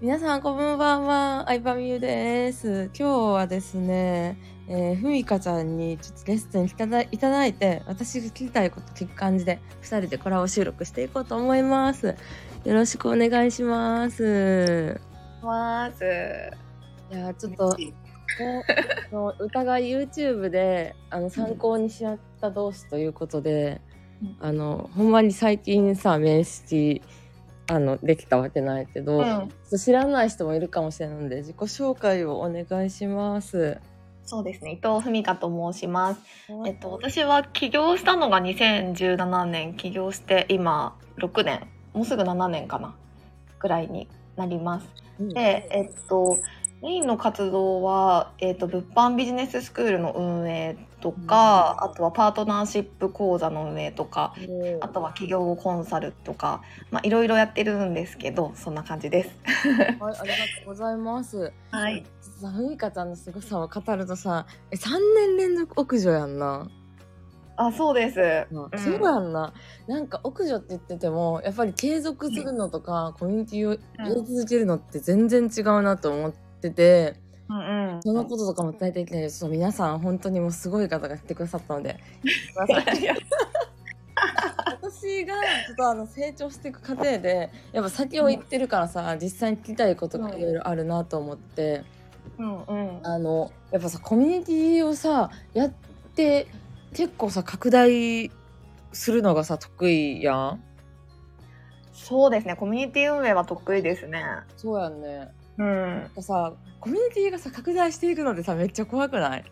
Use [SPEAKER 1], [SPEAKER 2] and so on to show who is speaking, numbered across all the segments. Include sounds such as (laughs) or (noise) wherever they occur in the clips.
[SPEAKER 1] 皆さんこんばんは、アイパミューです。今日はですね、えーふみかちゃんにちょっとゲストに来ただいただいて、私が聞きたいこと聞く感じで、二人でコラボ収録していこうと思います。よろしくお願いします。
[SPEAKER 2] まず、
[SPEAKER 1] いやーちょっと、ねあの疑い YouTube であの参考にし合った同士ということで、
[SPEAKER 2] うん
[SPEAKER 1] あのほんまに最近さ面識あのできたわけないけど、
[SPEAKER 2] う
[SPEAKER 1] ちょ
[SPEAKER 2] ん、
[SPEAKER 1] っと知らない人もいるかもしれないので自己紹介をお願いします。
[SPEAKER 2] そうですね。伊藤文香と申します。えっと
[SPEAKER 1] は
[SPEAKER 2] 私は起業したのが2017年、起業して今6年、もうすぐ7年かなぐらいになります。
[SPEAKER 1] い、
[SPEAKER 2] で、えっとメインの活動はえっと物販ビジネススクールの運営とか、あとはパートナーシップ講座の運営とか、
[SPEAKER 1] うん
[SPEAKER 2] あとは企業コンサルとか、まあいろいろやってるんですけど、そんな感じです。
[SPEAKER 1] はい、ありがとうございます。
[SPEAKER 2] はい。
[SPEAKER 1] 実はふみかちゃんの凄さを語るとさ、え3年連続奥女やんな。
[SPEAKER 2] (laughs) あ、そうです。うん
[SPEAKER 1] そうやんな。なんか奥女って言ってても、やっぱり継続するのとか、コミュニティを入れ続けるのって全然違うなと思ってて、
[SPEAKER 2] うんうん
[SPEAKER 1] そのこととかも伝えていきたいです。ちょっと皆さん本当にもうすごい方が来てくださったので、ください私がちょっとあの成長していく過程で、やっぱ先を行ってるからさ、実際に聞きたいことがいろいろあるなと思って、
[SPEAKER 2] (laughs) うんうん
[SPEAKER 1] あのやっぱさコミュニティをさやって結構さ拡大するのがさ得意やん
[SPEAKER 2] そうですねコミュニティ運営は得意ですね
[SPEAKER 1] そうやんね
[SPEAKER 2] うん
[SPEAKER 1] さコミュニティがさ拡大していくのでさめっちゃ怖くない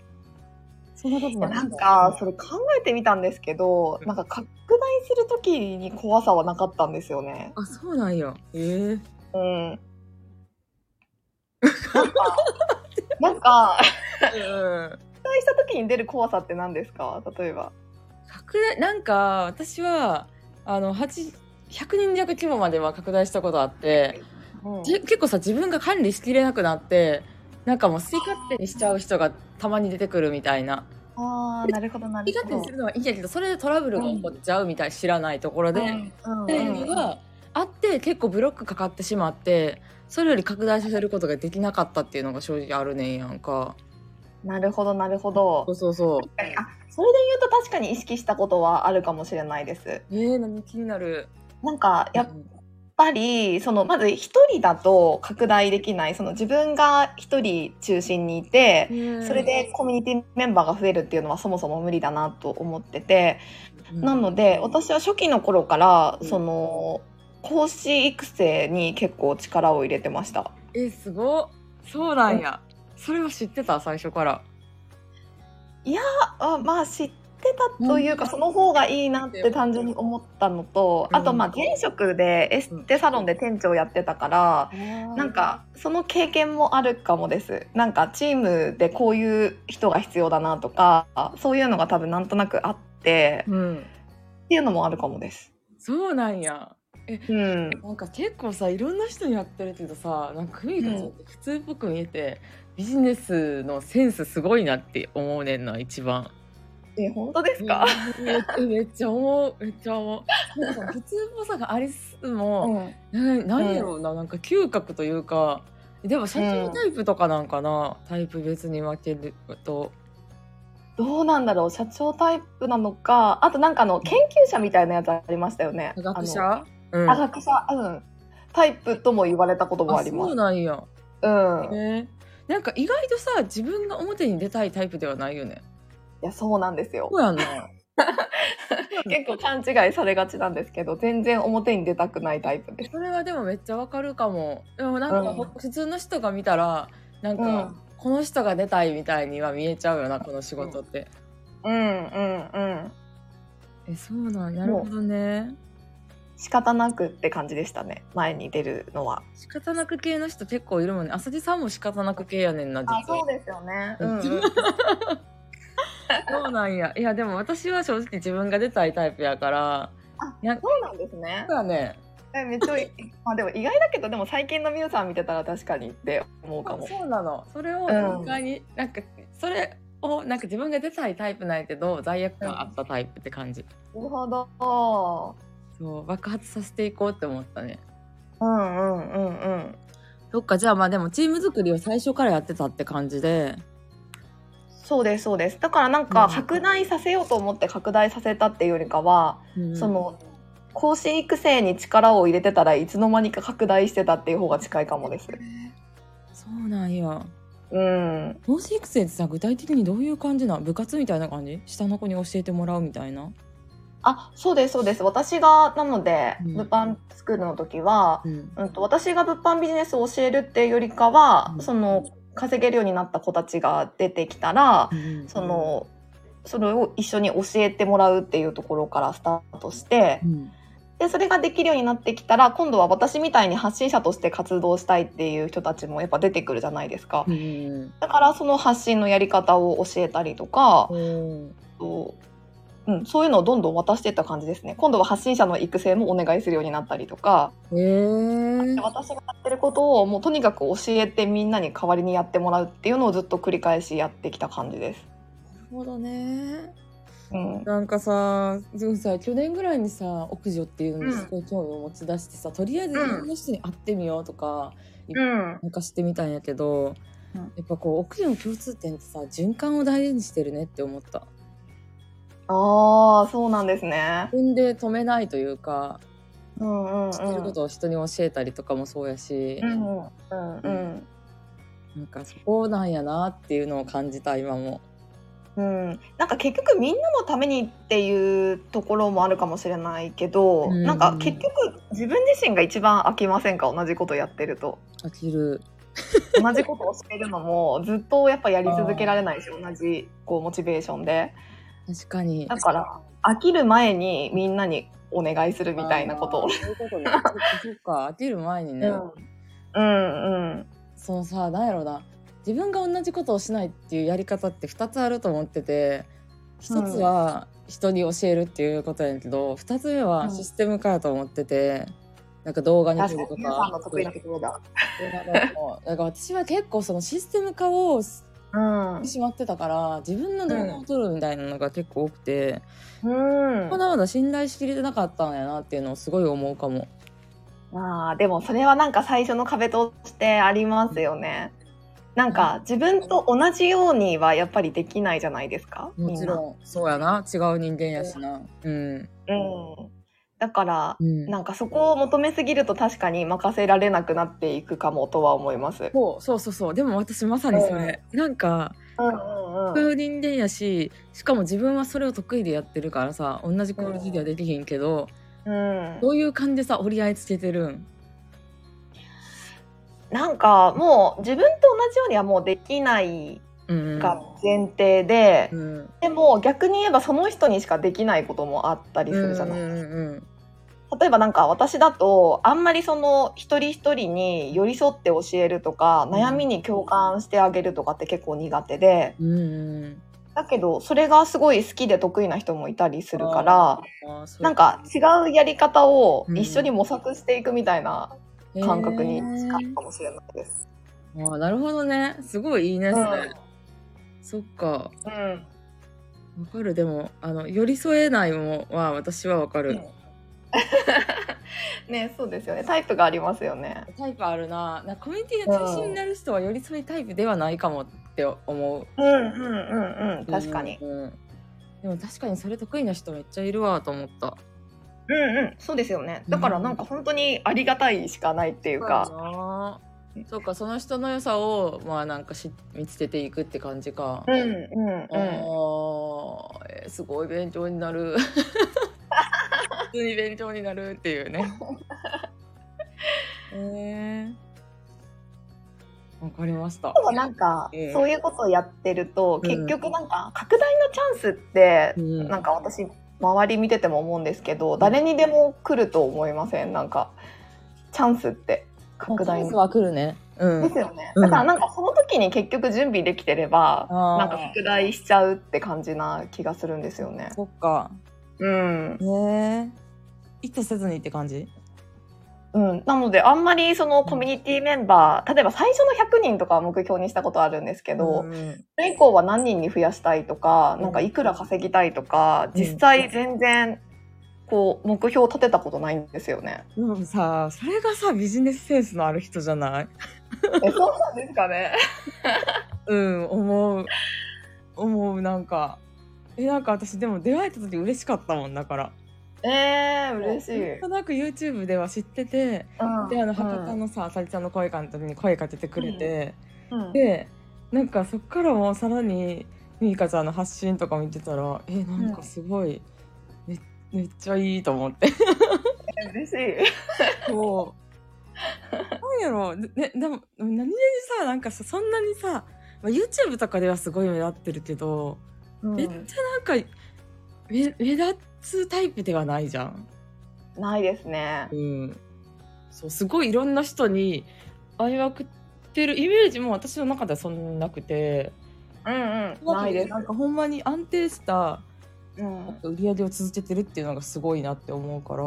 [SPEAKER 1] そんなことない
[SPEAKER 2] なんかそれ考えてみたんですけどなんか拡大する時に怖さはなかったんですよね
[SPEAKER 1] あそうなんやえ (laughs)
[SPEAKER 2] うんなんかなんか
[SPEAKER 1] えうん
[SPEAKER 2] 拡大した時に出る怖さって何ですか例えば
[SPEAKER 1] 拡大なんか私はあの8 100人弱規模までは拡大したことあって
[SPEAKER 2] うん
[SPEAKER 1] け結構さ自分が管理しきれなくなってなんかもう好き勝手にしちゃう人がたまに出てくるみたいな
[SPEAKER 2] あーなるほどなる
[SPEAKER 1] 苦
[SPEAKER 2] ほ
[SPEAKER 1] 手
[SPEAKER 2] ど
[SPEAKER 1] にするのはいいんやけどそれでトラブルが起こっちゃうみたい、知らないところで、っ
[SPEAKER 2] うん
[SPEAKER 1] ていうのがあって結構ブロックかかってしまってそれより拡大させることができなかったっていうのが正直あるねんやんか
[SPEAKER 2] なるほどなるほど
[SPEAKER 1] そうそうそう
[SPEAKER 2] 確かにあそれで言うと確かに意識したことはあるかもしれないです
[SPEAKER 1] えー、何気になる
[SPEAKER 2] なんかやっやっぱりそのまず一人だと拡大できないその自分が一人中心にいて
[SPEAKER 1] うん
[SPEAKER 2] それでコミュニティメンバーが増えるっていうのはそもそも無理だなと思ってて
[SPEAKER 1] うん
[SPEAKER 2] なので私は初期の頃から
[SPEAKER 1] うん
[SPEAKER 2] その講師育成に結構力を入れてました
[SPEAKER 1] えーすごっそうなんやそれは知ってた最初から
[SPEAKER 2] あまあ知ってたという
[SPEAKER 1] う
[SPEAKER 2] か
[SPEAKER 1] ん
[SPEAKER 2] その方がいいなって単純に思ったのと
[SPEAKER 1] うん
[SPEAKER 2] あとまあ前職でエステサロンで店長やってたからな
[SPEAKER 1] なん
[SPEAKER 2] かその経験もあるかもですなんかチームでこういう人が必要だなとかそういうのが多分なんとなくあって
[SPEAKER 1] うん
[SPEAKER 2] っていうのもあるかもです
[SPEAKER 1] そうなんや
[SPEAKER 2] うん
[SPEAKER 1] なんか結構さいろんな人にやってるけどさなんかふみかちゃんって普通っぽく見えて、ビジネスのセンスすごいなって思うねんな一番。
[SPEAKER 2] え本当ですか、
[SPEAKER 1] めっちゃめっちゃ思うめっちゃ思う。なんか普通っぽさがありつつも、
[SPEAKER 2] うん
[SPEAKER 1] ななんやろうななんか嗅覚というかでも社長タイプとかなんかな、タイプ別に分けると。
[SPEAKER 2] どうなんだろう社長タイプなのかあとなんかあの研究者みたいなやつありましたよね
[SPEAKER 1] 科学
[SPEAKER 2] あ
[SPEAKER 1] 者う
[SPEAKER 2] のあ学者うんタイプとも言われたこともあ
[SPEAKER 1] あ
[SPEAKER 2] りま
[SPEAKER 1] そう
[SPEAKER 2] す
[SPEAKER 1] なんや。
[SPEAKER 2] うん、
[SPEAKER 1] ねなんか意外とさ自分が表に出たいタイプではないよね。
[SPEAKER 2] いやそうなんですよ
[SPEAKER 1] そうやんな。
[SPEAKER 2] (laughs) 結構勘違いされがちなんですけど全然表に出たくないタイプです
[SPEAKER 1] それはでもめっちゃわかるかも。でもなんか
[SPEAKER 2] うん
[SPEAKER 1] 普通の人が見たら、なん
[SPEAKER 2] う
[SPEAKER 1] か
[SPEAKER 2] ん
[SPEAKER 1] この人が出たいみたいには見えちゃうよな、この仕事って。
[SPEAKER 2] うんうんうん
[SPEAKER 1] え、そうなん、なるほどね。
[SPEAKER 2] 仕方なくって感じでしたね前に出るのは
[SPEAKER 1] 仕方なく系の人結構いるもんね。浅地さんも仕方なく系やねんな、実は。
[SPEAKER 2] うですよね
[SPEAKER 1] うんうんそうなんや。いや、でも私は正直自分が出たいタイプやから。
[SPEAKER 2] そうなんです (laughs) ね
[SPEAKER 1] そうやね。
[SPEAKER 2] えめっちゃいまあでも意外だけどでも最近のミュウさん見てたら確かにって思うかも
[SPEAKER 1] そうなの。それを
[SPEAKER 2] うん
[SPEAKER 1] 一回に、なんか、それを、なんか自分が出たいタイプなんやけど、罪悪感あったタイプって感じ。
[SPEAKER 2] なるほど
[SPEAKER 1] そう、爆発させていこうって思ったね。
[SPEAKER 2] うんうんうんうん
[SPEAKER 1] そっか、じゃあまあでもチーム作りを最初からやってたって感じで。
[SPEAKER 2] そうですそうですだからなん
[SPEAKER 1] う
[SPEAKER 2] か
[SPEAKER 1] ん
[SPEAKER 2] 拡大させようと思って拡大させたっていうよりかは、
[SPEAKER 1] うん
[SPEAKER 2] その後進育成に力を入れてたらいつの間にか拡大してたっていう方が近いかもです。
[SPEAKER 1] そうなんや。
[SPEAKER 2] うん、
[SPEAKER 1] 養子育成ってさ、具体的にどういう感じなん部活みたいな感じ下の子に教えてもらうみたいな。
[SPEAKER 2] あそうですそうです私がなので、
[SPEAKER 1] うん
[SPEAKER 2] 物販スクールの時は、
[SPEAKER 1] うん。
[SPEAKER 2] うん、と私が物販ビジネスを教えるっていうよりかは、
[SPEAKER 1] うん
[SPEAKER 2] その稼げるようになった子たちが出てきたら、
[SPEAKER 1] うん
[SPEAKER 2] そ、のそれを一緒に教えてもらうっていうところからスタートして
[SPEAKER 1] う、ん。
[SPEAKER 2] でそれができるようになってきたら今度は私みたいに発信者として活動したいっていう人たちもやっぱ出てくるじゃないですか、
[SPEAKER 1] うん。
[SPEAKER 2] だからその発信のやり方を教えたりとか、
[SPEAKER 1] うん
[SPEAKER 2] とうん、そういうのをどんどん渡していった感じですね今度は発信者の育成もお願いするようになったりとか
[SPEAKER 1] へえ。
[SPEAKER 2] で私がやってることをもうとにかく教えてみんなに代わりにやってもらうっていうのをずっと繰り返しやってきた感じです。
[SPEAKER 1] なるほどね。
[SPEAKER 2] うん、
[SPEAKER 1] なんかさ、でもさ、去年ぐらいにさ、奥女っていうのにすごい興味を持ち出してさ、とりあえずいろんな人に会ってみようとか、
[SPEAKER 2] うん
[SPEAKER 1] なんかしてみたんやけど、
[SPEAKER 2] うん
[SPEAKER 1] やっぱこう、奥女の共通点ってさ、循環を大事にしてるねって思った。
[SPEAKER 2] ああそうなんですね。
[SPEAKER 1] 自分で止めないというか、
[SPEAKER 2] うんうんうん。
[SPEAKER 1] 知ってることを人に教えたりとかもそうやし、
[SPEAKER 2] うんうんうん
[SPEAKER 1] なんかそこなんやなっていうのを感じた、今も。
[SPEAKER 2] うん、なんか結局みんなのためにっていうところもあるかもしれないけ
[SPEAKER 1] う
[SPEAKER 2] ど、
[SPEAKER 1] ん
[SPEAKER 2] なんか結局自分自身が一番飽きませんか同じことやってると
[SPEAKER 1] 飽きる。
[SPEAKER 2] 同じことを教えるのもずっとやっぱやり続けられないし同じこうモチベーションで
[SPEAKER 1] 確かに。
[SPEAKER 2] だから飽きる前にみんなにお願いするみたいなこと
[SPEAKER 1] あ
[SPEAKER 2] を
[SPEAKER 1] ー。そういうことね。そうか、飽きる前に
[SPEAKER 2] う
[SPEAKER 1] ね。
[SPEAKER 2] んうんうん
[SPEAKER 1] そのさ何やろうな自分が同じことをしないっていうやり方って2つあると思ってて1つは人に教えるっていうことやねんけど、2つ目はシステム化やと思ってて、なんか動画にす
[SPEAKER 2] 確か
[SPEAKER 1] ると
[SPEAKER 2] に皆さんの
[SPEAKER 1] か
[SPEAKER 2] 得意なところだ。
[SPEAKER 1] 動画のなんか私は結構そのシステム化をし
[SPEAKER 2] うん
[SPEAKER 1] てしまってたから自分の動画を撮るみたいなのが結構多くて、
[SPEAKER 2] うん
[SPEAKER 1] まだまだ信頼しきれてなかったんやなっていうのをすごい思うかも。
[SPEAKER 2] まあでもそれはなんか最初の壁としてありますよね。なんか自分と同じようにはやっぱりできないじゃないですか。
[SPEAKER 1] もちろんそうやな違う人間やしな。うん、
[SPEAKER 2] みんな。うん。だから、
[SPEAKER 1] うん
[SPEAKER 2] なんかそこを求めすぎると確かに任せられなくなっていくかもとは思います。
[SPEAKER 1] そうそうそうそうでも私まさにそれ、なんか
[SPEAKER 2] うんう
[SPEAKER 1] そ
[SPEAKER 2] ん
[SPEAKER 1] ういう人間やししかも自分はそれを得意でやってるからさ同じクオリティではできひんけど、
[SPEAKER 2] うん。うん
[SPEAKER 1] ど。ういう感じでさ折り合いつけてるん
[SPEAKER 2] なんかもう自分と同じようにはもうできない
[SPEAKER 1] うん
[SPEAKER 2] が前提で、
[SPEAKER 1] うん
[SPEAKER 2] でも逆に言えばその人にしかできないこともあったり
[SPEAKER 1] うんう
[SPEAKER 2] す
[SPEAKER 1] ん
[SPEAKER 2] るじゃない
[SPEAKER 1] うん
[SPEAKER 2] 例えばなんか私だとあんまりその一人一人に寄り添って教えるとか
[SPEAKER 1] うん
[SPEAKER 2] 悩みに共感してあげるとかって結構苦手で
[SPEAKER 1] うんうん
[SPEAKER 2] だけどそれがすごい好きで得意な人もいたりするから
[SPEAKER 1] あーそう
[SPEAKER 2] なんか違うやり方を一緒に模索していくみたいな感覚に
[SPEAKER 1] へー
[SPEAKER 2] 近いかもしれないです。
[SPEAKER 1] あーなるほどねすごいいいね
[SPEAKER 2] うん
[SPEAKER 1] それ、そっか
[SPEAKER 2] うん
[SPEAKER 1] わかるでもあの寄り添えないもは私はわかる、
[SPEAKER 2] ねそうですよねタイプがありますよね。
[SPEAKER 1] タイプあるななんかコミュニティの中心になる人は寄り添いタイプではないかもって思う
[SPEAKER 2] うんうんうんうん確かに。
[SPEAKER 1] うんうんでも確かにそれ得意な人めっちゃいるわと思った。
[SPEAKER 2] うんうんそうですよね。だからなんか本当にありがたいしかないっていうか。
[SPEAKER 1] か。そうかその人の良さをまあなんかし見つけていくって感じか。
[SPEAKER 2] うんう
[SPEAKER 1] あ
[SPEAKER 2] ん
[SPEAKER 1] ーえーすごい勉強になる。普通に勉強になるっていう
[SPEAKER 2] (laughs)
[SPEAKER 1] ね。えー。わかりました。
[SPEAKER 2] でもなんか、
[SPEAKER 1] うん
[SPEAKER 2] そういうことをやってると、
[SPEAKER 1] うん
[SPEAKER 2] 結局なんか拡大のチャンスって、
[SPEAKER 1] うん
[SPEAKER 2] なんか私周り見てても思うんですけど、誰にでも来ると思いませんなんかチャンスって拡大
[SPEAKER 1] チャンス
[SPEAKER 2] の。
[SPEAKER 1] は来るね。うん。
[SPEAKER 2] ですよね、
[SPEAKER 1] うん
[SPEAKER 2] だからなんかその時に結局準備できてれば
[SPEAKER 1] あー
[SPEAKER 2] なんか拡大しちゃうって感じな気がするんですよね。
[SPEAKER 1] そっか。
[SPEAKER 2] うん
[SPEAKER 1] ねえ。意図せずにって感じ。
[SPEAKER 2] うん、なのであんまりそのコミュニティメンバー例えば最初の100人とかは目標にしたことあるんですけど、
[SPEAKER 1] うん
[SPEAKER 2] それ以降は何人に増やしたいとか、
[SPEAKER 1] うん
[SPEAKER 2] なんかいくら稼ぎたいとか、
[SPEAKER 1] うん
[SPEAKER 2] 実際全然こう目標を立てたことないんですよ (laughs) ね。
[SPEAKER 1] でもさそれがさビジネスセンスのある人じゃない
[SPEAKER 2] えそうなんですかね。
[SPEAKER 1] うん思う思うなんかえなんか私でも出会えた時嬉しかったもんだから
[SPEAKER 2] えー、嬉しい。
[SPEAKER 1] なんとなく YouTube では知っててであの博多のさあさりちゃんの声かの時に声かけてくれて、
[SPEAKER 2] うんうん
[SPEAKER 1] でなんかそっからもうさらにみいかちゃんの発信とか見てたらえなんかすごい、めめっちゃいいと思って
[SPEAKER 2] え嬉しい。
[SPEAKER 1] こうなんやろねでも何気にさなんかさそんなにさまあ YouTube とかではすごい目立ってるけど、めっちゃなんか目目立つタイプではないじゃん。
[SPEAKER 2] ないですね。
[SPEAKER 1] うん、そうすごいいろんな人に会いまくってるイメージも私の中ではそんなになくて
[SPEAKER 2] うんうん。ないです。
[SPEAKER 1] なんかほんまに安定した
[SPEAKER 2] うん
[SPEAKER 1] 売り上げを続けてるっていうのがすごいなって思うから、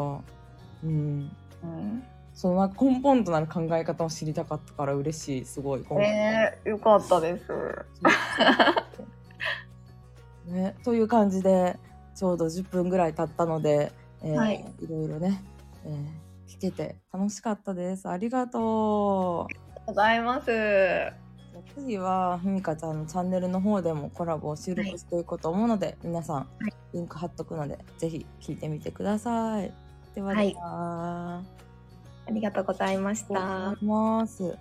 [SPEAKER 1] うん、
[SPEAKER 2] うん
[SPEAKER 1] そのなんか根本となる考え方を知りたかったから嬉しいすごい今回
[SPEAKER 2] えー、よかったです。
[SPEAKER 1] ね、という感じでちょうど10分ぐらい経ったので、えー
[SPEAKER 2] はい
[SPEAKER 1] い、ろいろね、えー聞けて楽しかったですありがとう。
[SPEAKER 2] ございます。
[SPEAKER 1] 次はふみかちゃんのチャンネルの方でもコラボを収録していこうと思うので、皆さん、リンク貼っとくのでぜひ聞いてみてください。ではでは、
[SPEAKER 2] ありがとうございまし
[SPEAKER 1] お願いします。